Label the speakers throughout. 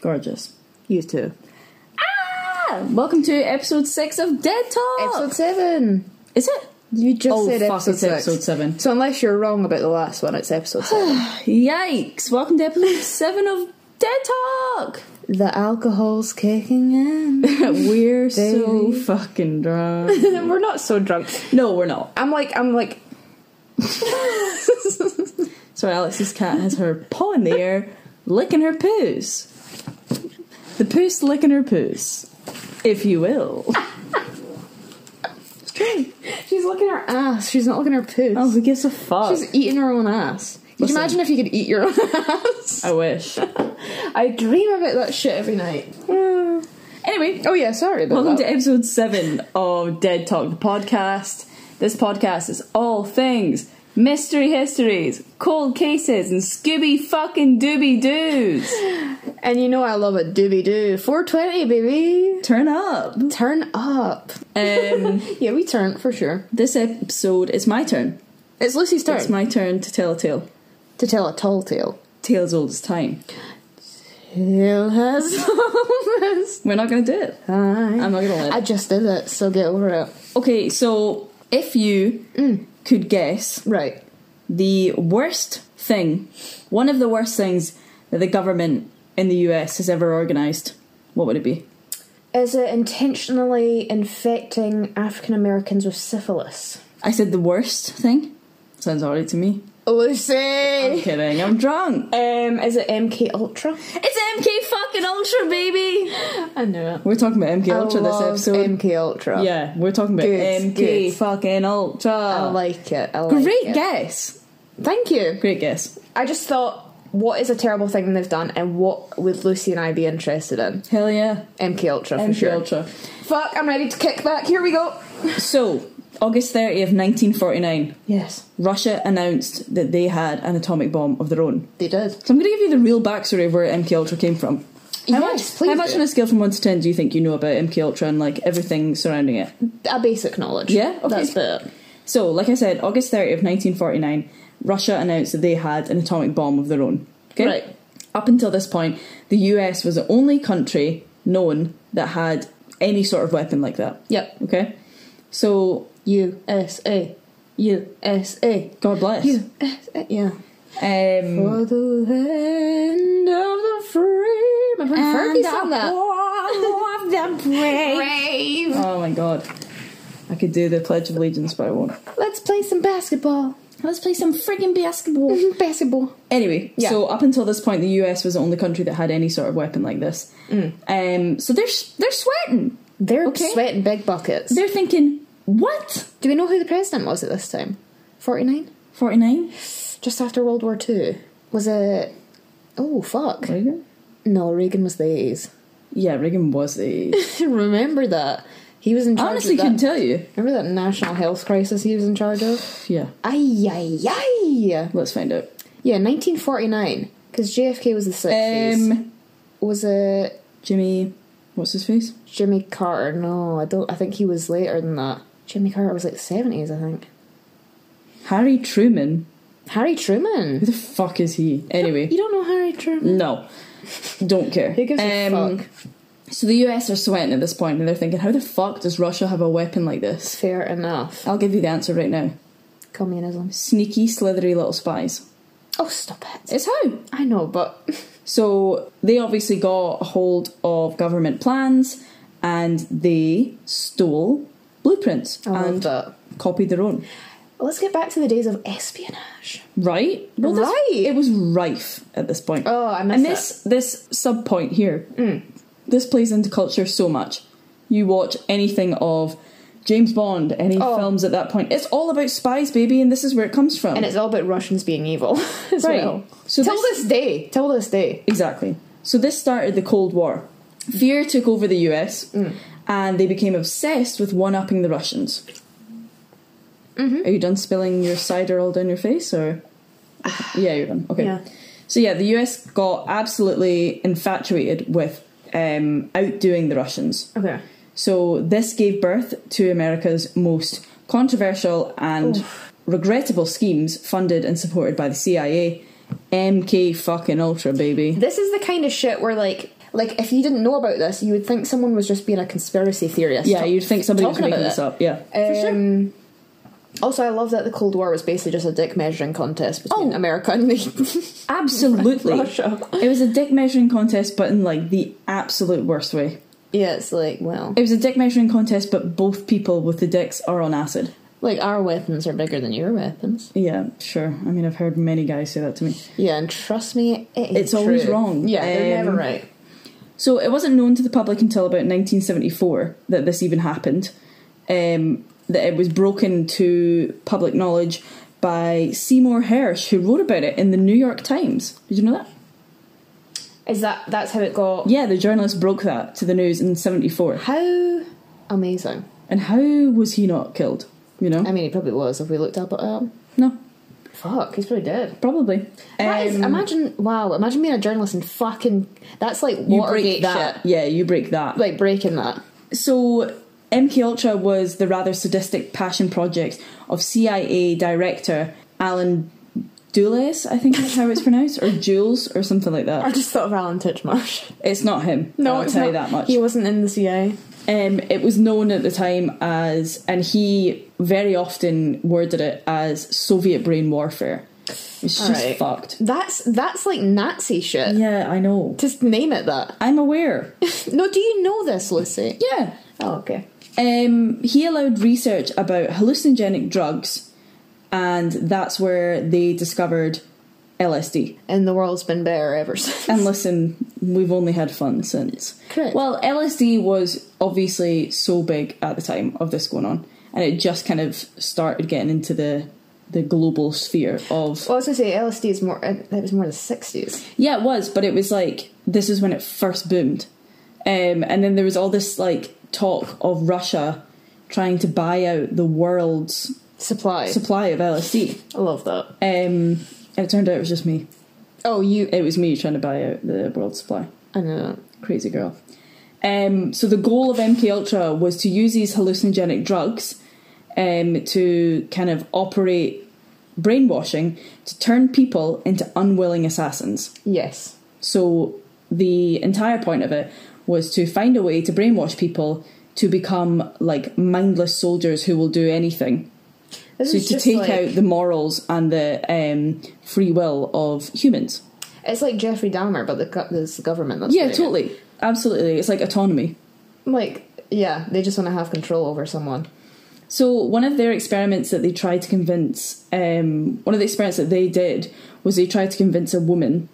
Speaker 1: Gorgeous.
Speaker 2: Used to.
Speaker 1: Ah! Welcome to episode six of Dead Talk.
Speaker 2: Episode seven.
Speaker 1: Is it?
Speaker 2: You just
Speaker 1: Oh,
Speaker 2: said
Speaker 1: fuck,
Speaker 2: episode
Speaker 1: it's
Speaker 2: six.
Speaker 1: episode seven.
Speaker 2: So unless you're wrong about the last one, it's episode seven.
Speaker 1: Yikes! Welcome to episode seven of Dead Talk.
Speaker 2: the alcohol's kicking in.
Speaker 1: We're so
Speaker 2: Baby.
Speaker 1: fucking drunk.
Speaker 2: We're not so drunk.
Speaker 1: no, we're not.
Speaker 2: I'm like I'm like
Speaker 1: So Alex's cat has her paw in the air, licking her poos. The poos licking her poos, if you will.
Speaker 2: She's looking her ass. She's not looking her poos.
Speaker 1: Oh, who gives a fuck?
Speaker 2: She's eating her own ass. Could
Speaker 1: Listen.
Speaker 2: you imagine if you could eat your own ass?
Speaker 1: I wish. Oh.
Speaker 2: I dream about that shit every night.
Speaker 1: anyway,
Speaker 2: Oh yeah, sorry about
Speaker 1: Hmm. Welcome
Speaker 2: that.
Speaker 1: to episode seven of Dead Talk, the podcast. This podcast is all things mystery histories, cold cases, and Scooby fucking Dooby Doos.
Speaker 2: and you know I love it. Doobie doo. 420, baby.
Speaker 1: Turn up.
Speaker 2: Turn up.
Speaker 1: Um,
Speaker 2: Yeah, we turn for sure.
Speaker 1: this episode, it's my turn.
Speaker 2: It's Lucy's turn
Speaker 1: It's my turn to tell a tale.
Speaker 2: to tell a tall tale.
Speaker 1: Tale as old as time.
Speaker 2: Tale has almost
Speaker 1: We're not going to do it.
Speaker 2: time.
Speaker 1: I'm not going to
Speaker 2: I
Speaker 1: let it.
Speaker 2: just did it, so get over it.
Speaker 1: Okay, so if you
Speaker 2: Mm.
Speaker 1: could guess
Speaker 2: Right.
Speaker 1: the worst thing, one of the worst things that the government in the US has ever organised, what would it be?
Speaker 2: Is it intentionally infecting African Americans with syphilis?
Speaker 1: I said the worst thing. Sounds alright to me. I'm
Speaker 2: Lucy!
Speaker 1: kidding. I'm drunk.
Speaker 2: Um, is it MK Ultra?
Speaker 1: It's MK fucking Ultra, baby.
Speaker 2: I know it.
Speaker 1: We're talking about MK Ultra
Speaker 2: I
Speaker 1: this
Speaker 2: love
Speaker 1: episode.
Speaker 2: MK Ultra.
Speaker 1: yeah, we're talking about
Speaker 2: Good,
Speaker 1: MK
Speaker 2: good.
Speaker 1: fucking Ultra.
Speaker 2: I like it. I like
Speaker 1: Great
Speaker 2: it.
Speaker 1: guess.
Speaker 2: Thank you.
Speaker 1: Great guess.
Speaker 2: I just thought, what is a terrible thing they've done, and what would Lucy and I be interested in?
Speaker 1: Hell yeah.
Speaker 2: MK Ultra for
Speaker 1: MK
Speaker 2: sure.
Speaker 1: Ultra.
Speaker 2: Fuck! I'm ready to kick back. Here we go.
Speaker 1: So, August 30th, 1949,
Speaker 2: Yes,
Speaker 1: Russia announced that they had an atomic bomb of their own.
Speaker 2: they did.
Speaker 1: So I'm going to give you the real backstory of where MK Ultra came from.
Speaker 2: Yes,
Speaker 1: how much,
Speaker 2: please
Speaker 1: how much
Speaker 2: do.
Speaker 1: on a scale from 1 to 10 do you think you know about MK Ultra and like everything surrounding it?
Speaker 2: A basic knowledge.
Speaker 1: Yeah? Okay.
Speaker 2: that's it.
Speaker 1: So, like I said, August 30th of 1949, Russia announced that they had an atomic bomb of their own. Okay?
Speaker 2: Right.
Speaker 1: Up until this point, the US was the only country known that had any sort of weapon like that.
Speaker 2: Yep.
Speaker 1: Okay? So,
Speaker 2: USA. USA.
Speaker 1: God bless.
Speaker 2: USA. Yeah.
Speaker 1: Um,
Speaker 2: For the land of the free. My friend Fergie sang that. Brave.
Speaker 1: Oh my god. I could do the Pledge of Allegiance, but I won't.
Speaker 2: Let's play some basketball.
Speaker 1: Let's play some friggin' basketball.
Speaker 2: basketball.
Speaker 1: Anyway,
Speaker 2: Yeah.
Speaker 1: so up until this point, the US was the only country that had any sort of weapon like this.
Speaker 2: Mm.
Speaker 1: Um, so they're s- they're sweating.
Speaker 2: They're
Speaker 1: Okay.
Speaker 2: sweating big buckets.
Speaker 1: They're thinking, what?
Speaker 2: Do we know who the president was at this time? 49?
Speaker 1: Forty nine.
Speaker 2: Just after World War Two. Was it. Oh, fuck. No, Reagan was the 80s.
Speaker 1: Yeah, Reagan was the.
Speaker 2: Remember that. He was in
Speaker 1: I
Speaker 2: charge
Speaker 1: honestly
Speaker 2: of that.
Speaker 1: couldn't tell you.
Speaker 2: Remember that national health crisis he was in charge of?
Speaker 1: Yeah,
Speaker 2: Ay, ay, ay.
Speaker 1: let's find out.
Speaker 2: Yeah, 1949. Because JFK was the 60s.
Speaker 1: Um,
Speaker 2: was it
Speaker 1: Jimmy, what's his face?
Speaker 2: Jimmy Carter? No, I don't. I think he was later than that. Jimmy Carter was like 70s, I think.
Speaker 1: Harry Truman.
Speaker 2: Harry
Speaker 1: Who
Speaker 2: Truman.
Speaker 1: the fuck is he? Anyway,
Speaker 2: You don't know Harry Truman?
Speaker 1: no, don't care.
Speaker 2: Who gives a
Speaker 1: Um,
Speaker 2: fuck?
Speaker 1: So the US are sweating at this point, and they're thinking, how the fuck does Russia have a weapon like this?
Speaker 2: Fair enough.
Speaker 1: I'll give you the answer right now.
Speaker 2: Communism.
Speaker 1: Sneaky, slithery little spies.
Speaker 2: Oh, stop it.
Speaker 1: It's how.
Speaker 2: I know, but
Speaker 1: So they obviously got a hold of government plans and they stole blueprints
Speaker 2: I love
Speaker 1: and
Speaker 2: that.
Speaker 1: copied their own.
Speaker 2: Let's get back to the days of espionage.
Speaker 1: Right? this-
Speaker 2: Right.
Speaker 1: It was rife at this point.
Speaker 2: Oh, I Mm. missed
Speaker 1: and this this sub point here. This plays into culture so much. You watch anything of James Bond, any
Speaker 2: Oh.
Speaker 1: films at that point. It's all about spies, baby, and this is where it comes from.
Speaker 2: And it's all about Russians being evil as
Speaker 1: Right.
Speaker 2: well.
Speaker 1: So
Speaker 2: till
Speaker 1: this-
Speaker 2: this day, till this day.
Speaker 1: Exactly. So this started the Cold War. Fear took over the US and they became obsessed with one upping the Russians. Are you done spilling your cider all down your face or? yeah, you're done. Okay.
Speaker 2: Yeah.
Speaker 1: So yeah, the US got absolutely infatuated with um, outdoing the Russians.
Speaker 2: Okay.
Speaker 1: So this gave birth to America's most controversial and regrettable schemes funded and supported by the CIA. MK fucking Ultra, baby.
Speaker 2: This is the kind of shit where like Like, if you didn't know about this, you would think someone was just being a conspiracy theorist.
Speaker 1: Yeah, you'd think somebody was
Speaker 2: talking
Speaker 1: making
Speaker 2: about
Speaker 1: this
Speaker 2: it.
Speaker 1: up. Yeah.
Speaker 2: Um, Also, I love that the Cold War was basically just a dick measuring contest
Speaker 1: Oh.
Speaker 2: between America and the
Speaker 1: Absolutely.
Speaker 2: Russia.
Speaker 1: It was a dick measuring contest, but in like the absolute worst way.
Speaker 2: Yeah, it's like, well,
Speaker 1: It was a dick measuring contest, but both people with the dicks are on acid.
Speaker 2: like our weapons are bigger than your weapons.
Speaker 1: Yeah, sure. I mean, I've heard many guys say that to me.
Speaker 2: Yeah, and trust me, it is
Speaker 1: It's always
Speaker 2: true.
Speaker 1: wrong.
Speaker 2: Yeah, they're
Speaker 1: Um,
Speaker 2: never right.
Speaker 1: So it wasn't known to the public until about 1974 that this even happened. Um, that it was broken to public knowledge by Seymour Hersh, who wrote about it in the New York Times. Did you know that?
Speaker 2: Is that that's how it got?
Speaker 1: Yeah, the journalist broke that to the news in 74.
Speaker 2: How amazing!
Speaker 1: And how was he not killed? You know?
Speaker 2: I mean, he probably was. If we looked up at him,
Speaker 1: No,
Speaker 2: fuck, he's probably dead.
Speaker 1: probably.
Speaker 2: That is,
Speaker 1: Um,
Speaker 2: imagine, wow, imagine being a journalist and fucking. That's like
Speaker 1: you break
Speaker 2: Watergate
Speaker 1: that.
Speaker 2: shit.
Speaker 1: Yeah, you break that.
Speaker 2: Like breaking that.
Speaker 1: So MK Ultra was the rather sadistic passion project of CIA director Alan Dulles, I think that's how it's pronounced, or Jules, or something like that.
Speaker 2: just thought of Alan Titchmarsh.
Speaker 1: It's not him. I'll
Speaker 2: it's
Speaker 1: tell you
Speaker 2: not.
Speaker 1: that much.
Speaker 2: He wasn't in the CIA.
Speaker 1: Um, it was known at the time as, and he very often worded it as Soviet brain warfare. It's just
Speaker 2: Alright.
Speaker 1: fucked.
Speaker 2: That's that's like Nazi shit.
Speaker 1: Yeah, I know.
Speaker 2: Just name it that.
Speaker 1: I'm aware.
Speaker 2: No, do you know this, Lucy?
Speaker 1: Yeah.
Speaker 2: Oh, okay.
Speaker 1: Um, he allowed research about hallucinogenic drugs, and that's where they discovered LSD.
Speaker 2: And the world's been better ever since.
Speaker 1: And listen, we've only had fun since.
Speaker 2: Correct.
Speaker 1: Well, LSD was obviously so big at the time of this going on, and it just kind of started getting into the the global sphere of
Speaker 2: Well, I was gonna say LSD is more. It was more the sixties.
Speaker 1: yeah, it was, but it was like this is when it first boomed, um, and then there was all this like talk of Russia trying to buy out the world's
Speaker 2: Supply.
Speaker 1: supply of LSD.
Speaker 2: I love that.
Speaker 1: Um, it turned out it was just me.
Speaker 2: Oh, you.
Speaker 1: It was me trying to buy out the world supply.
Speaker 2: I know.
Speaker 1: Crazy girl. Um, so the goal of MK Ultra was to use these hallucinogenic drugs um, to kind of operate brainwashing to turn people into unwilling assassins.
Speaker 2: Yes.
Speaker 1: So the entire point of it was to find a way to brainwash people to become like mindless soldiers who will do anything.
Speaker 2: This
Speaker 1: So
Speaker 2: is
Speaker 1: to
Speaker 2: just
Speaker 1: take
Speaker 2: like-
Speaker 1: out the morals and the um, free will of humans.
Speaker 2: It's like Jeffrey Dahmer, but the go- there's the government. That's
Speaker 1: yeah,
Speaker 2: doing it.
Speaker 1: totally, absolutely. It's like autonomy.
Speaker 2: Like, yeah, they just want to have control over someone.
Speaker 1: So one of their experiments that they tried to convince, um, one of the experiments that they did was they tried to convince a woman,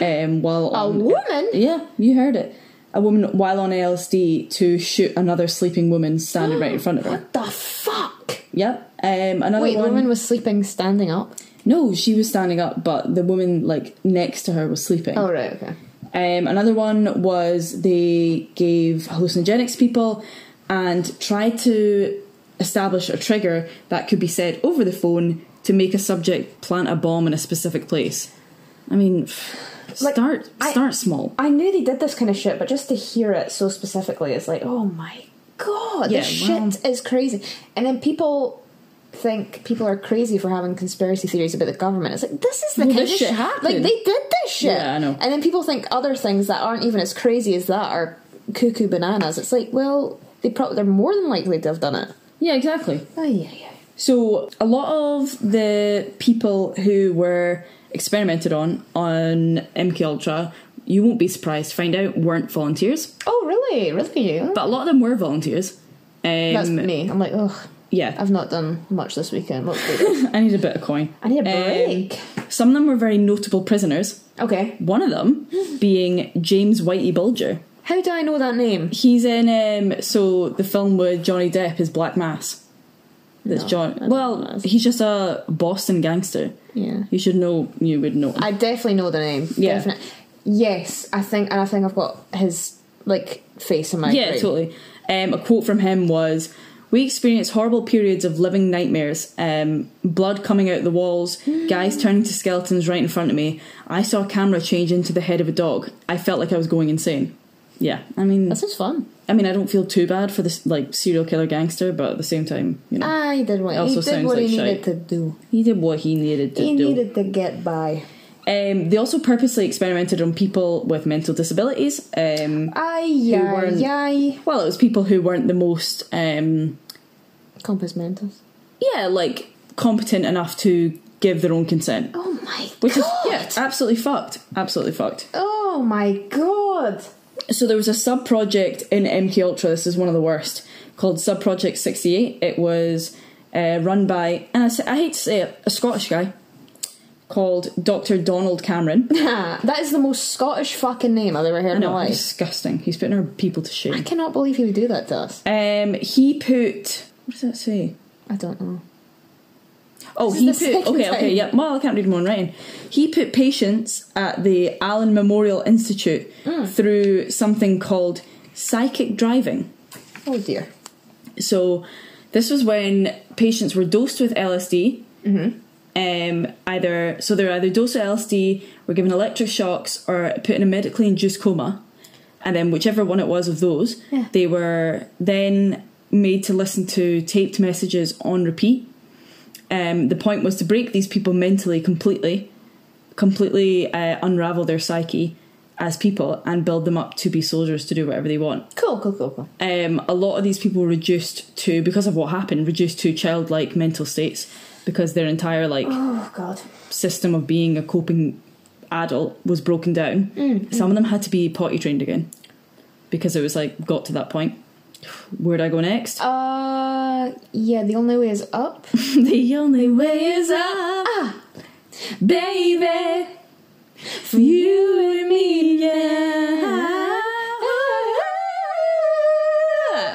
Speaker 1: um, while
Speaker 2: A
Speaker 1: on,
Speaker 2: woman.
Speaker 1: yeah, you heard it, a woman while on LSD to shoot another sleeping woman standing right in front of her.
Speaker 2: What the fuck?
Speaker 1: Yep. Um, another
Speaker 2: Wait, the
Speaker 1: one.
Speaker 2: woman was sleeping standing up.
Speaker 1: no, she was standing up, but the woman like next to her was sleeping.
Speaker 2: Oh right, okay.
Speaker 1: Um, another one was they gave hallucinogenics people and tried to establish a trigger that could be said over the phone to make a subject plant a bomb in a specific place. I mean,
Speaker 2: Like,
Speaker 1: start
Speaker 2: I-
Speaker 1: start small.
Speaker 2: I knew they did this kind of shit, but just to hear it so specifically, it's like, oh my god,
Speaker 1: Yeah,
Speaker 2: this
Speaker 1: well-
Speaker 2: shit is crazy. And then people think people are crazy for having conspiracy theories about the government. It's like this is the
Speaker 1: Well,
Speaker 2: kind
Speaker 1: this
Speaker 2: of
Speaker 1: shit
Speaker 2: sh-
Speaker 1: happened.
Speaker 2: Like they did this shit.
Speaker 1: Yeah, I know.
Speaker 2: And then people think other things that aren't even as crazy as that are cuckoo bananas. It's like, well, they probably they're more than likely to have done it.
Speaker 1: Yeah, exactly.
Speaker 2: Oh yeah, yeah.
Speaker 1: So a lot of the people who were experimented on on MK Ultra, you won't be surprised to find out weren't volunteers,
Speaker 2: Oh really, really? Oh,
Speaker 1: but a lot of them were volunteers. Um,
Speaker 2: That's me. I'm like, ugh,
Speaker 1: yeah,
Speaker 2: I've not done much this weekend. Let's do this.
Speaker 1: I need a bit of coin.
Speaker 2: I need a
Speaker 1: Um,
Speaker 2: break.
Speaker 1: some of them were very notable prisoners.
Speaker 2: okay.
Speaker 1: One of them being James Whitey Bulger.
Speaker 2: How do I know that name?
Speaker 1: He's in um, so the film with Johnny Depp is Black Mass. That's
Speaker 2: No, I
Speaker 1: John.
Speaker 2: don't know
Speaker 1: Well,
Speaker 2: that.
Speaker 1: he's just a Boston gangster.
Speaker 2: Yeah.
Speaker 1: You should know. You would know.
Speaker 2: I definitely know the name.
Speaker 1: Yeah.
Speaker 2: Definite- Yes, I think, and I think I've got his like face in my
Speaker 1: yeah,
Speaker 2: brain.
Speaker 1: totally. Um, a quote from him was. We experience horrible periods of living nightmares, um, blood coming out the walls, guys turning to skeletons right in front of me. I saw a camera change into the head of a dog. I felt like I was going insane. Yeah, I mean,
Speaker 2: That sounds fun.
Speaker 1: I mean, I don't feel too bad for this like serial killer gangster, but at the same time, you know,
Speaker 2: I did what
Speaker 1: also
Speaker 2: he did
Speaker 1: sounds
Speaker 2: what he
Speaker 1: like
Speaker 2: needed
Speaker 1: shite.
Speaker 2: to do.
Speaker 1: he did what he needed to
Speaker 2: he
Speaker 1: do.
Speaker 2: needed to get by.
Speaker 1: Um, they also purposely experimented on people with mental disabilities. Um,
Speaker 2: Aye,
Speaker 1: Who weren't-
Speaker 2: aye, aye.
Speaker 1: well, it was people who weren't the most, um,
Speaker 2: Compass mentors.
Speaker 1: yeah, like competent enough to give their own consent.
Speaker 2: Oh my
Speaker 1: Which
Speaker 2: god.
Speaker 1: is yeah, absolutely fucked. Absolutely fucked.
Speaker 2: Oh my god.
Speaker 1: So there was a sub project in MK Ultra. This is one of the worst called Sub Project Sixty Eight. It was uh, run by and I, s- I hate to say it, a Scottish guy called Dr. Donald Cameron.
Speaker 2: that is the most Scottish fucking name I've ever heard in my
Speaker 1: No,
Speaker 2: life.
Speaker 1: disgusting. He's putting our people to
Speaker 2: I
Speaker 1: shame.
Speaker 2: cannot believe he would do that to us.
Speaker 1: Um, he put what does that say?
Speaker 2: I don't know.
Speaker 1: Oh,
Speaker 2: This
Speaker 1: he
Speaker 2: is the
Speaker 1: put
Speaker 2: second
Speaker 1: okay, okay,
Speaker 2: time.
Speaker 1: yeah. Well, I can't read my own writing. He put patients at the Allen Memorial Institute
Speaker 2: Mm.
Speaker 1: through something called psychic driving.
Speaker 2: Oh dear.
Speaker 1: So, this was when patients were dosed with LSD. Um, either so they're either dosed with LSD, were given electric shocks, or put in a medically induced coma, and then whichever one it was of those,
Speaker 2: Yeah.
Speaker 1: they were then made to listen to taped messages on repeat. Um, the point was to break these people mentally completely, completely uh, unravel their psyche as people and build them up to be soldiers to do whatever they want
Speaker 2: Cool, cool, cool, cool.
Speaker 1: um, a lot of these people were reduced to because of what happened reduced to childlike mental states because their entire like
Speaker 2: Oh god.
Speaker 1: system of being a coping adult was broken down some of them had to be potty trained again because it was like got to that point where'd i go
Speaker 2: Oh.
Speaker 1: next
Speaker 2: Uh, yeah, the only way is up.
Speaker 1: the only way is up baby for you and me yeah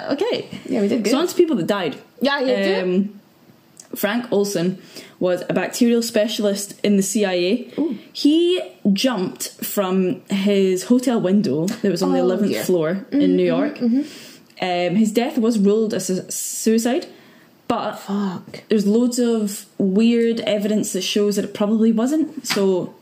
Speaker 1: okay
Speaker 2: Yeah, we did good.
Speaker 1: so on to people that died
Speaker 2: yeah, you did.
Speaker 1: Um, Frank Olson was a bacterial specialist in the CIA. He jumped from his hotel window that was on the
Speaker 2: Oh, mm-hmm,
Speaker 1: 11th
Speaker 2: dear.
Speaker 1: floor in New York. Um, his death was ruled as a suicide, but
Speaker 2: Fuck.
Speaker 1: there's loads of weird evidence that shows that it probably wasn't. So,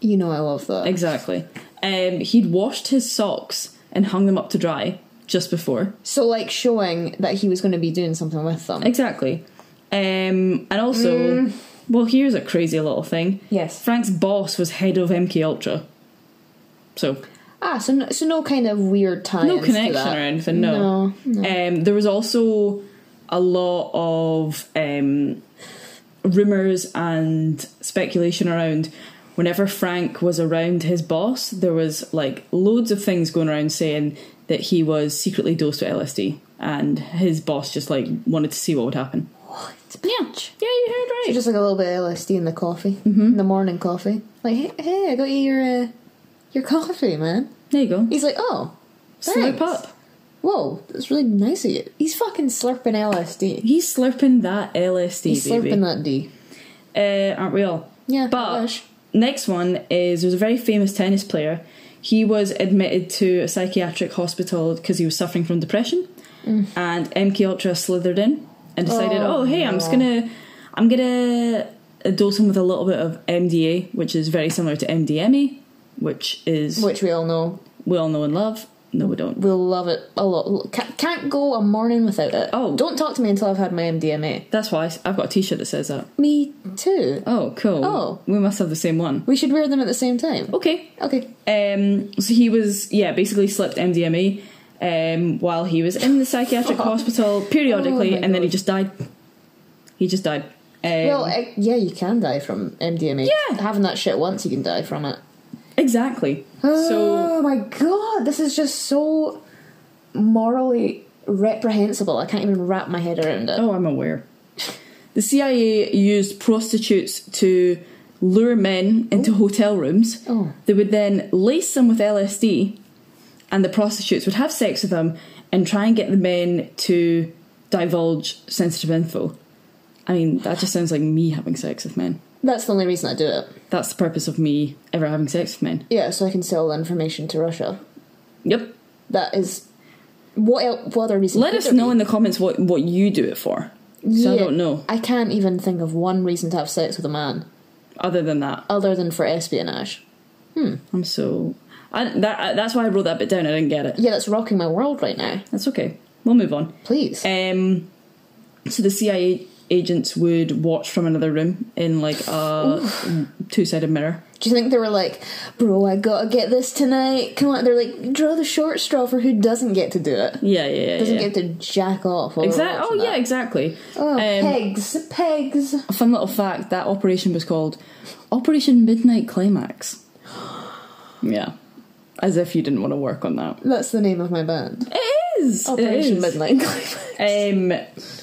Speaker 2: You know I love that.
Speaker 1: exactly. Um, he'd washed his socks and hung them up to dry just before.
Speaker 2: so like showing that he was going to be doing something with them.
Speaker 1: Exactly. Um, and also, well, here's a crazy little thing.
Speaker 2: Yes.
Speaker 1: Frank's boss was head of MK Ultra. So
Speaker 2: Ah, so no, so no kind of weird tie.
Speaker 1: no connection or anything. No.
Speaker 2: No,
Speaker 1: Um, there was also a lot of um, rumors and speculation around. Whenever Frank was around his boss, there was like loads of things going around saying that he was secretly dosed with LSD, and his boss just like wanted to see what would happen.
Speaker 2: What? Bitch.
Speaker 1: Yeah, you heard right.
Speaker 2: So just like a little bit of LSD in the coffee, in the morning coffee. Like, hey, hey I got you your uh, your coffee, man.
Speaker 1: There you go.
Speaker 2: He's like, oh,
Speaker 1: Slurp
Speaker 2: thanks.
Speaker 1: up.
Speaker 2: Whoa, that's really nice of you. He's fucking slurping LSD.
Speaker 1: He's slurping that LSD,
Speaker 2: He's
Speaker 1: baby.
Speaker 2: slurping that D.
Speaker 1: Uh, aren't we all?
Speaker 2: Yeah, I
Speaker 1: But
Speaker 2: wish.
Speaker 1: next one is there's a very famous tennis player. He was admitted to a psychiatric hospital because he was suffering from depression, and MK Ultra slithered in and decided,
Speaker 2: Mm. Oh,
Speaker 1: oh, hey, I'm just
Speaker 2: no.
Speaker 1: gonna, I'm gonna dose him with a little bit of MDA, which is very similar to MDMA, which is
Speaker 2: Which we all know.
Speaker 1: we all know and love. No, we don't.
Speaker 2: We'll love it a lot. Ca- Can't go a morning without it.
Speaker 1: Oh.
Speaker 2: Don't talk to me until I've had my MDMA.
Speaker 1: That's why I- I've got a T-shirt that says that.
Speaker 2: Me too.
Speaker 1: Oh, cool.
Speaker 2: Oh.
Speaker 1: we must have the same one.
Speaker 2: We should wear them at the same time.
Speaker 1: Okay,
Speaker 2: Okay.
Speaker 1: Um, so he was, yeah, basically slipped MDMA E, um, while he was in the psychiatric hospital periodically,
Speaker 2: Oh my
Speaker 1: and then he
Speaker 2: God.
Speaker 1: just died. He just died. Um,
Speaker 2: Well, eh, yeah, you can die from MDMA.
Speaker 1: Yeah.
Speaker 2: Having that shit once, you can die from it.
Speaker 1: exactly. So
Speaker 2: oh my god, this is just so morally reprehensible. I can't even wrap my head around it.
Speaker 1: Oh, I'm aware. The CIA used prostitutes to lure men into hotel rooms.
Speaker 2: Oh.
Speaker 1: They would then lace them with LSD, and the prostitutes would have sex with them and try and get the men to divulge sensitive info. I mean, that just sounds like me having sex with men.
Speaker 2: That's the only reason I do it.
Speaker 1: That's the purpose of me ever having sex with men.
Speaker 2: Yeah, so I can sell the information to Russia.
Speaker 1: Yep.
Speaker 2: That is. What, el- what other reason?
Speaker 1: Let
Speaker 2: could
Speaker 1: us
Speaker 2: there
Speaker 1: know
Speaker 2: be?
Speaker 1: in the comments what, what you do it for. 'Cause I
Speaker 2: Yeah,
Speaker 1: don't know.
Speaker 2: I can't even think of one reason to have sex with a man
Speaker 1: Other than that,
Speaker 2: other than for espionage.
Speaker 1: I'm so. I, that, I, that's why I wrote that bit down. I didn't get it.
Speaker 2: Yeah, that's rocking my world right now.
Speaker 1: Eh. That's okay. We'll move on.
Speaker 2: Please.
Speaker 1: Um, so the CIA agents would watch from another room in like a two sided mirror.
Speaker 2: Do you think they were like, bro, I gotta get this tonight? Come on. They're like, draw the short straw for who doesn't get to do it.
Speaker 1: Yeah, yeah, yeah.
Speaker 2: Doesn't
Speaker 1: yeah.
Speaker 2: get to jack off.
Speaker 1: Exactly. Oh, yeah, exactly.
Speaker 2: Oh,
Speaker 1: Um,
Speaker 2: pegs, pegs.
Speaker 1: a fun little fact that operation was called Operation Midnight Climax. Yeah. As if you didn't want to work on that.
Speaker 2: That's the name of my band.
Speaker 1: It is!
Speaker 2: Operation
Speaker 1: it is.
Speaker 2: Midnight.
Speaker 1: Um,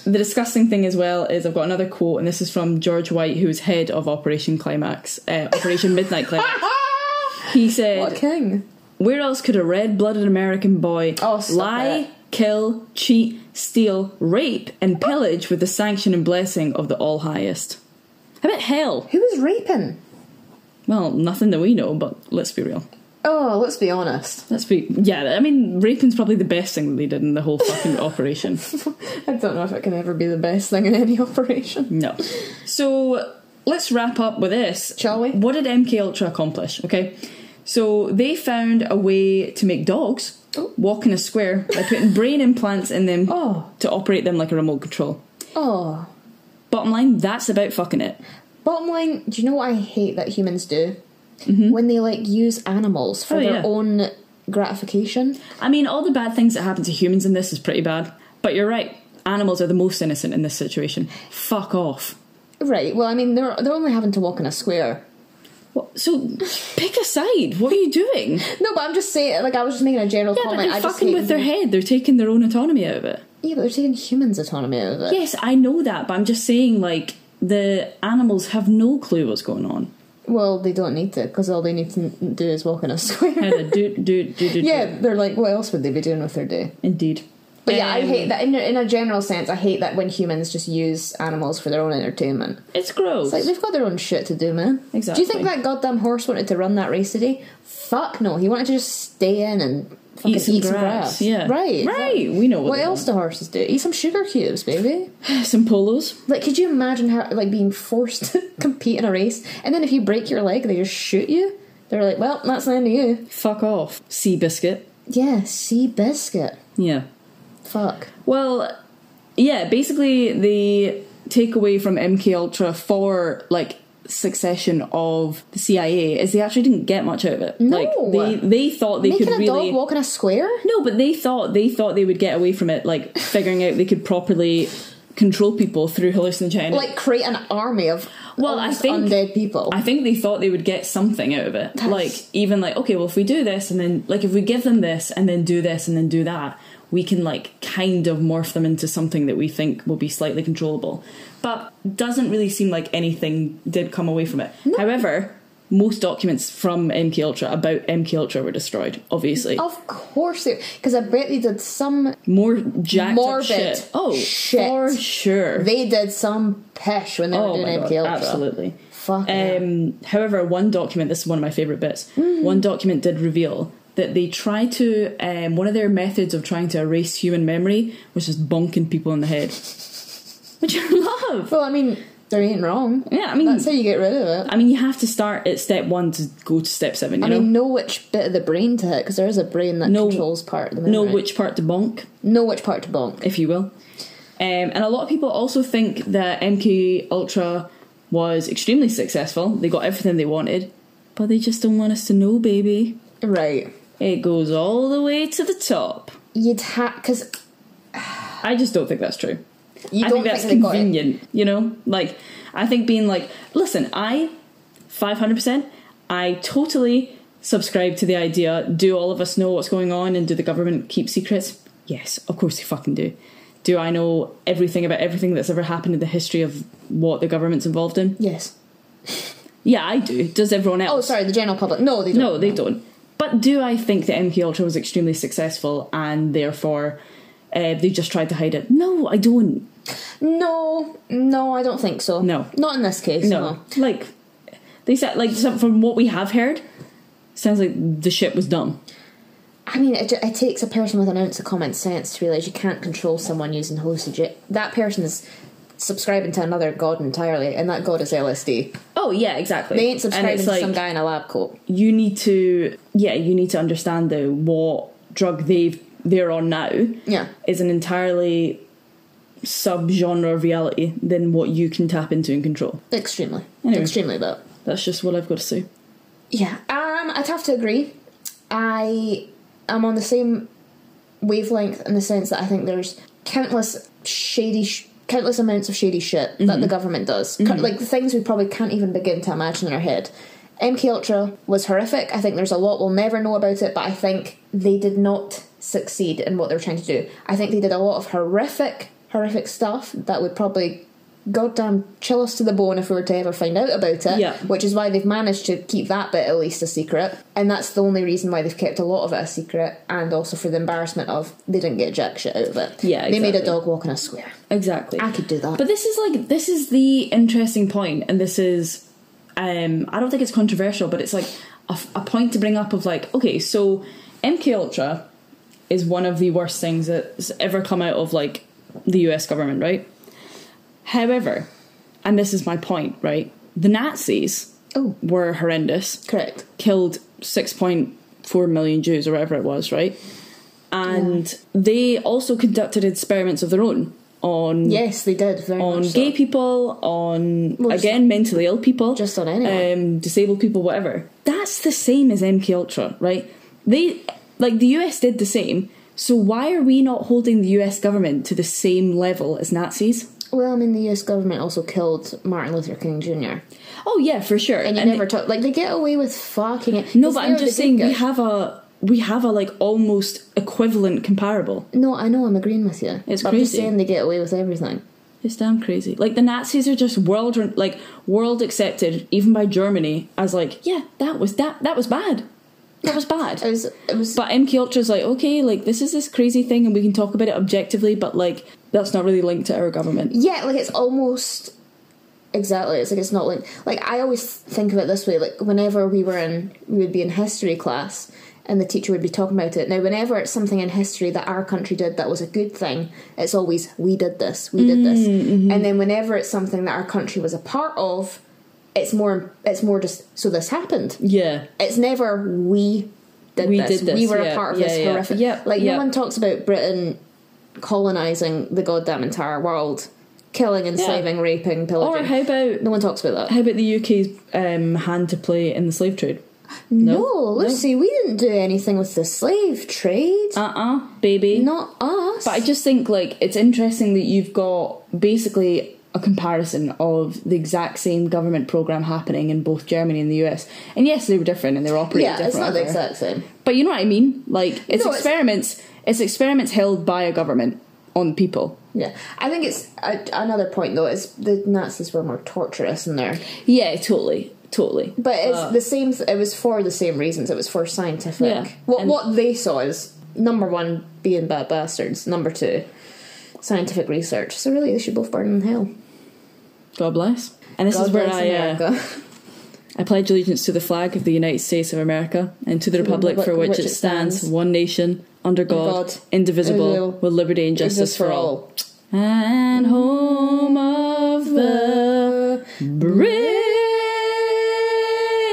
Speaker 1: the disgusting thing as well is I've got another quote, and this is from George White, who was head of Operation Climax, uh, Operation Midnight Climax. He
Speaker 2: what
Speaker 1: said,
Speaker 2: a king?
Speaker 1: "Where else could a red-blooded American boy
Speaker 2: Oh, stop
Speaker 1: lie,
Speaker 2: it.
Speaker 1: kill, cheat, steal, rape, and pillage with the sanction and blessing of the All Highest? How about hell?
Speaker 2: Who was raping?
Speaker 1: Well, nothing that we know, but let's be real.
Speaker 2: Oh, let's be honest.
Speaker 1: Let's be yeah. I mean, raping's probably the best thing that they did in the whole fucking operation."
Speaker 2: I don't know if it can ever be the best thing in any operation.
Speaker 1: No. So let's wrap up with this.
Speaker 2: Shall we?
Speaker 1: What did MK Ultra accomplish? Okay. So they found a way to make dogs walk in a square by putting brain implants in them
Speaker 2: Oh.
Speaker 1: to operate them like a remote control.
Speaker 2: Oh.
Speaker 1: Bottom line, that's about fucking it.
Speaker 2: Bottom line, do you know what I hate that humans do? When they like use animals for
Speaker 1: Oh,
Speaker 2: their
Speaker 1: yeah.
Speaker 2: own gratification.
Speaker 1: I mean, all the bad things that happen to humans in this is pretty bad, but you're right. Animals are the most innocent in this situation. Fuck off.
Speaker 2: Right. Well, I mean, they're they're only having to walk in a square.
Speaker 1: What? So pick a side. What are you doing?
Speaker 2: No, but I'm just saying. Like, I was just making a general
Speaker 1: Yeah, but
Speaker 2: comment.
Speaker 1: you're
Speaker 2: I just
Speaker 1: fucking
Speaker 2: hate-
Speaker 1: with their head. They're taking their own autonomy out of it.
Speaker 2: Yeah, but they're taking humans' autonomy out of it.
Speaker 1: Yes, I know that, but I'm just saying, like, the animals have no clue what's going on.
Speaker 2: Well, they don't need to because all they need to n- do is walk in a square.
Speaker 1: Kinda Uh, do, do, do, do, do.
Speaker 2: yeah, they're like, what else would they be doing with their day?
Speaker 1: Indeed.
Speaker 2: But yeah, I
Speaker 1: Um,
Speaker 2: hate that. In, a- in a general sense, I hate that when humans just use animals for their own entertainment.
Speaker 1: It's gross.
Speaker 2: It's like they've got their own shit to do, man. Do you
Speaker 1: Exactly.
Speaker 2: think that goddamn horse wanted to run that race today? Fuck no. He wanted to just stay in and fucking
Speaker 1: eat some, grass. Yeah.
Speaker 2: Right.
Speaker 1: Right. We know what,
Speaker 2: What
Speaker 1: they
Speaker 2: else do horses do? Eat some sugar cubes, baby.
Speaker 1: want. Some polos.
Speaker 2: Like, could you imagine how like being forced to compete in a race, and then if you break your leg, they just shoot you? They're like, well, that's the end of you.
Speaker 1: Fuck off. Sea biscuit.
Speaker 2: Yeah, sea biscuit.
Speaker 1: Yeah.
Speaker 2: Fuck.
Speaker 1: Well, yeah. Basically, the takeaway from MK Ultra for like succession of the CIA is they actually didn't get much out of it.
Speaker 2: No.
Speaker 1: Like they they thought they
Speaker 2: Making
Speaker 1: could
Speaker 2: a
Speaker 1: really
Speaker 2: dog walk in a square?
Speaker 1: No, but they thought they thought they would get away from it, like figuring out they could properly control people through hallucinogenic.
Speaker 2: Like create an army of
Speaker 1: Well, I
Speaker 2: almost
Speaker 1: think-
Speaker 2: undead people.
Speaker 1: I think they thought they would get something out of it. Like even like okay, well if we do this and then like if we give them this and then do this and then do that, we can like kind of morph them into something that we think will be slightly controllable. But doesn't really seem like anything did come away from it. However, most documents from MK Ultra about MK Ultra were destroyed, obviously.
Speaker 2: of course, because I bet they did some.
Speaker 1: More jacked
Speaker 2: Morbid
Speaker 1: up shit. Oh,
Speaker 2: shit.
Speaker 1: for sure.
Speaker 2: They did some pish when they were
Speaker 1: Oh
Speaker 2: doing
Speaker 1: my
Speaker 2: MK
Speaker 1: God,
Speaker 2: Ultra.
Speaker 1: absolutely.
Speaker 2: Fuck. yeah. Hmm.
Speaker 1: Um, however, one document, this is one of my favourite bits, one document did reveal that they try to, um, one of their methods of trying to erase human memory was just bonking people in the head. Which I love.
Speaker 2: Well, I mean, they ain't wrong.
Speaker 1: Yeah, I mean-
Speaker 2: that's how you get rid of it.
Speaker 1: I mean, you have to start at step one to go to step seven, you
Speaker 2: I
Speaker 1: know?
Speaker 2: mean, know which bit of the brain to hit because there is a brain that
Speaker 1: Know-
Speaker 2: controls part of the
Speaker 1: know
Speaker 2: memory.
Speaker 1: which part to bonk,
Speaker 2: know which part to bonk.
Speaker 1: if you will. Um, and a lot of people also think that MK Ultra was extremely successful. They got everything they wanted, but they just don't want us to know, baby.
Speaker 2: Right.
Speaker 1: It goes all the way to the top.
Speaker 2: You'd have because
Speaker 1: I just don't think that's true.
Speaker 2: you
Speaker 1: I
Speaker 2: don't
Speaker 1: think that's
Speaker 2: they got it.
Speaker 1: convenient, you know? Like, I think being like, listen, I, 500%, I totally subscribe to the idea do all of us know what's going on and do the government keep secrets? Yes, of course they fucking do. Do I know everything about everything that's ever happened in the history of what the government's involved in?
Speaker 2: Yes.
Speaker 1: Yeah, I do. Does everyone else?
Speaker 2: Oh, sorry, the general public. No, they don't.
Speaker 1: No, they don't. But do I think that MK Ultra was extremely successful and therefore uh, they just tried to hide it? No, I don't.
Speaker 2: No, no, I don't think so.
Speaker 1: No.
Speaker 2: not in this case. No.
Speaker 1: No, like they said, like so- from what we have heard, sounds like the shit was dumb.
Speaker 2: I mean, it, ju- it takes a person with an ounce of common sense to realize you can't control someone using hallucinogen. That person is subscribing to another god entirely, and that god is LSD.
Speaker 1: Oh yeah, exactly.
Speaker 2: They ain't
Speaker 1: and
Speaker 2: subscribing
Speaker 1: it's
Speaker 2: to
Speaker 1: like,
Speaker 2: some guy in a lab coat.
Speaker 1: You need to, yeah, you need to understand though what drug they've they're on now
Speaker 2: Yeah.
Speaker 1: is an entirely subgenre of reality than what you can tap into and control.
Speaker 2: Extremely.
Speaker 1: Anyway.
Speaker 2: Extremely though.
Speaker 1: That's just what I've got to say.
Speaker 2: Yeah. Um, I'd have to agree. I am on the same wavelength in the sense that I think there's countless shady, sh- countless amounts of shady shit that the government does, Co- like things we probably can't even begin to imagine in our head. MK Ultra was horrific. I think there's a lot we'll never know about it, but I think they did not succeed in what they were trying to do. I think they did a lot of horrific, horrific stuff that would probably goddamn chill us to the bone if we were to ever find out about it
Speaker 1: Yeah.
Speaker 2: which is why they've managed to keep that bit at least a secret. And that's the only reason why they've kept a lot of it a secret, and also for the embarrassment of they didn't get jack shit out of it.
Speaker 1: Yeah,
Speaker 2: They made a
Speaker 1: exactly.
Speaker 2: dog walk in a square.
Speaker 1: Exactly.
Speaker 2: I could do that.
Speaker 1: But this is like this is the interesting point, and this is um, I don't think it's controversial, but it's like a, a point to bring up of like okay, so MK Ultra is one of the worst things that's ever come out of like the U.S. government, right? However, and this is my point, right? The Nazis
Speaker 2: Oh.
Speaker 1: were horrendous,
Speaker 2: Correct.
Speaker 1: killed six point four million Jews or whatever it was, right? And they also conducted experiments of their own on
Speaker 2: Yes, they did. Very
Speaker 1: on
Speaker 2: much so.
Speaker 1: gay people, on
Speaker 2: Well, just-
Speaker 1: again mentally ill people,
Speaker 2: just on anyone.
Speaker 1: um, disabled people, whatever. That's the same as MK Ultra, right? They like the US did the same. So why are we not holding the US government to the same level as Nazis?
Speaker 2: Well, I mean, the US government also killed Martin Luther King Jr.
Speaker 1: Oh yeah, for sure.
Speaker 2: And you never took. Like, they get away with fucking it.
Speaker 1: no,
Speaker 2: 'Cause
Speaker 1: but
Speaker 2: they
Speaker 1: I'm
Speaker 2: are the
Speaker 1: just saying
Speaker 2: good
Speaker 1: we
Speaker 2: guys.
Speaker 1: have a we have a like almost equivalent comparable.
Speaker 2: No, I know, I'm agreeing with you.
Speaker 1: It's
Speaker 2: but I'm just
Speaker 1: crazy.
Speaker 2: saying they get away with everything.
Speaker 1: It's damn crazy. Like the Nazis are just world re- like world accepted even by Germany as like yeah that was that that was bad. That was bad.
Speaker 2: It was. It was
Speaker 1: But MK Ultra's like, okay, like this is this crazy thing and we can talk about it objectively, but like that's not really linked to our government.
Speaker 2: Yeah, like it's almost exactly. It's like it's not like like I always think of it this way. Like whenever we were in, we would be in history class, and the teacher would be talking about it. Now, whenever it's something in history that our country did that was a good thing, it's always we did this, we did this, and then whenever it's something that our country was a part of, it's more it's more just so this happened
Speaker 1: Yeah.
Speaker 2: it's never we did
Speaker 1: We
Speaker 2: this.
Speaker 1: did this,
Speaker 2: We were
Speaker 1: yeah,
Speaker 2: a part of
Speaker 1: yeah,
Speaker 2: this
Speaker 1: yeah.
Speaker 2: horrific.
Speaker 1: Yep,
Speaker 2: like
Speaker 1: yep.
Speaker 2: no one talks about Britain colonizing the goddamn entire world, killing, enslaving, raping,
Speaker 1: Or
Speaker 2: pillaging.
Speaker 1: how about
Speaker 2: no one talks about that.
Speaker 1: how about the UK's um, hand to play in the slave trade?
Speaker 2: No,
Speaker 1: no.
Speaker 2: Lucy, we didn't do anything with the slave trade.
Speaker 1: Uh uh baby.
Speaker 2: Not us.
Speaker 1: But I just think like it's interesting that you've got basically a comparison of the exact same government programme happening in both Germany and the US. And yes, they were different and they were operating
Speaker 2: yeah,
Speaker 1: different.
Speaker 2: it's not the
Speaker 1: whatever.
Speaker 2: exact same.
Speaker 1: But you know what I mean? Like it's
Speaker 2: No, it's-
Speaker 1: experiments it's experiments held by a government on people.
Speaker 2: Yeah, I think it's uh, another point though is the Nazis were more torturous in there,
Speaker 1: Yeah, totally, totally.
Speaker 2: but it's
Speaker 1: Uh,
Speaker 2: the same. Th- it was for the same reasons. It was for scientific.
Speaker 1: Yeah,
Speaker 2: What
Speaker 1: and-
Speaker 2: what they saw is number one being bad bastards. Number two, scientific research. So really, they should both burn in hell.
Speaker 1: God bless. And this
Speaker 2: God
Speaker 1: is where
Speaker 2: bless
Speaker 1: I uh,
Speaker 2: America.
Speaker 1: I pledge allegiance to the flag of the United States of America and to the republic for which, it stands, one nation under God,
Speaker 2: God,
Speaker 1: indivisible,
Speaker 2: indivisible,
Speaker 1: with liberty and justice,
Speaker 2: Justice
Speaker 1: for all. And home of
Speaker 2: Uh,
Speaker 1: the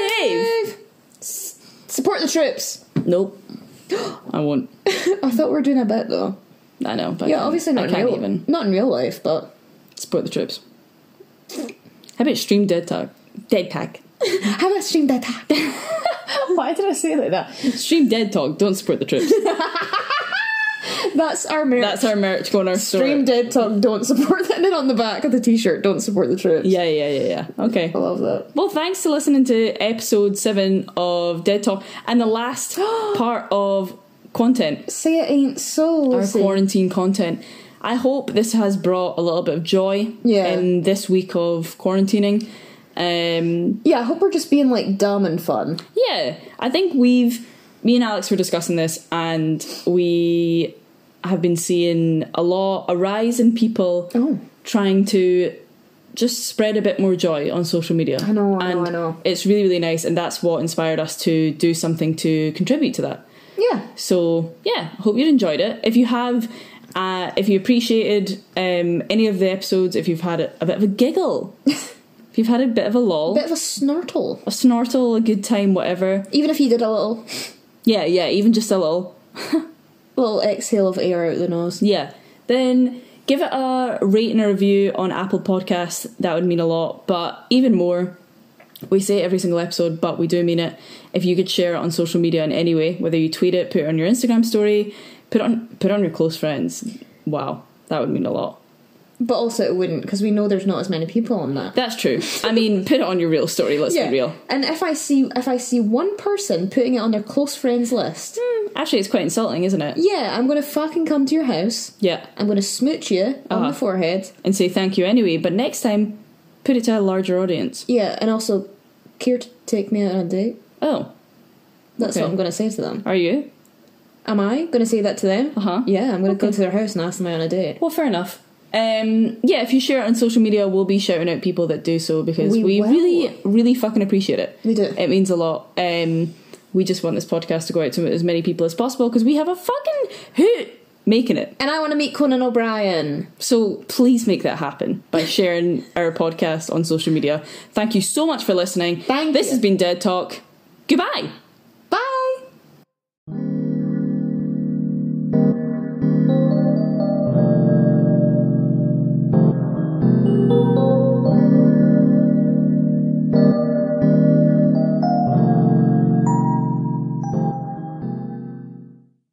Speaker 1: brave.
Speaker 2: Support the troops.
Speaker 1: Nope, I won't.
Speaker 2: I thought we were doing a bit though.
Speaker 1: I know. But I
Speaker 2: Yeah,
Speaker 1: can't-
Speaker 2: obviously not
Speaker 1: Mm, I
Speaker 2: in
Speaker 1: can't
Speaker 2: real,
Speaker 1: even
Speaker 2: not in real life, but
Speaker 1: support the troops. How about stream dead tag? Dead tag.
Speaker 2: how about stream that?
Speaker 1: Why did I say it like that? Stream Dead Talk. Don't support the troops.
Speaker 2: That's our American.
Speaker 1: That's our merch going our store.
Speaker 2: Stream dead talk, don't support that. And then on the back of the t shirt, don't support the troops.
Speaker 1: Yeah, yeah, yeah, yeah. Okay.
Speaker 2: I love that.
Speaker 1: Well, thanks to listening to episode seven of Dead Talk and the last part of content,
Speaker 2: Say it ain't so.
Speaker 1: our
Speaker 2: Lucy.
Speaker 1: quarantine content. I hope this has brought a little bit of joy
Speaker 2: Yeah.
Speaker 1: in this week of quarantining. Um,
Speaker 2: Yeah, I hope we're just being like dumb and fun.
Speaker 1: Yeah, I think we've me and Alex were discussing this, and we have been seeing a lot a rise in people
Speaker 2: Oh.
Speaker 1: trying to just spread a bit more joy on social media. I
Speaker 2: know, I know,
Speaker 1: and
Speaker 2: I know.
Speaker 1: It's really, really nice, and that's what inspired us to do something to contribute to that.
Speaker 2: Yeah.
Speaker 1: So yeah, hope you enjoyed it. If you have, uh, if you appreciated um, any of the episodes, if you've had a, a bit of a giggle, if you've had a bit of a lol,
Speaker 2: Bit of a snortle.
Speaker 1: a snortle, a good time, whatever.
Speaker 2: Even if you did a little
Speaker 1: Yeah, yeah, even just a little.
Speaker 2: little exhale of air out the nose.
Speaker 1: Yeah. Then Give it a rate and a review on Apple Podcasts. That would mean a lot. But even more, we say it every single episode, but we do mean it. If you could share it on social media in any way, whether you tweet it, put it on your Instagram story, put it on put it on your close friends. Wow, that would mean a lot.
Speaker 2: But also, it wouldn't because we know there's not as many people on that.
Speaker 1: That's true. I mean, put it on your real story. Let's be real.
Speaker 2: And if I see if I see one person putting it on their close friends list,
Speaker 1: Actually, it's quite insulting, isn't it?
Speaker 2: yeah, I'm gonna fucking come to your house.
Speaker 1: Yeah.
Speaker 2: I'm gonna smooch you on
Speaker 1: Uh-huh.
Speaker 2: the forehead.
Speaker 1: And say thank you anyway. But next time, put it to a larger audience.
Speaker 2: Yeah, and also, care to take me out on a date?
Speaker 1: Oh,
Speaker 2: That's
Speaker 1: Okay.
Speaker 2: what I'm gonna say to them.
Speaker 1: are you?
Speaker 2: Am I gonna say that to them?
Speaker 1: Uh huh.
Speaker 2: Yeah, I'm gonna go to their house and ask them out on a date.
Speaker 1: Well, fair enough. Um, yeah, if you share it on social media, we'll be shouting out people that do so because we,
Speaker 2: We will.
Speaker 1: really, really fucking appreciate it.
Speaker 2: We do.
Speaker 1: It means a lot. Um, we just want this podcast to go out to as many people as possible because we have a fucking hoot making it.
Speaker 2: And I want to meet Conan O'Brien.
Speaker 1: So please make that happen by sharing our podcast on social media. Thank you so much for listening.
Speaker 2: Thank
Speaker 1: this
Speaker 2: you.
Speaker 1: has been Dead Talk. Goodbye.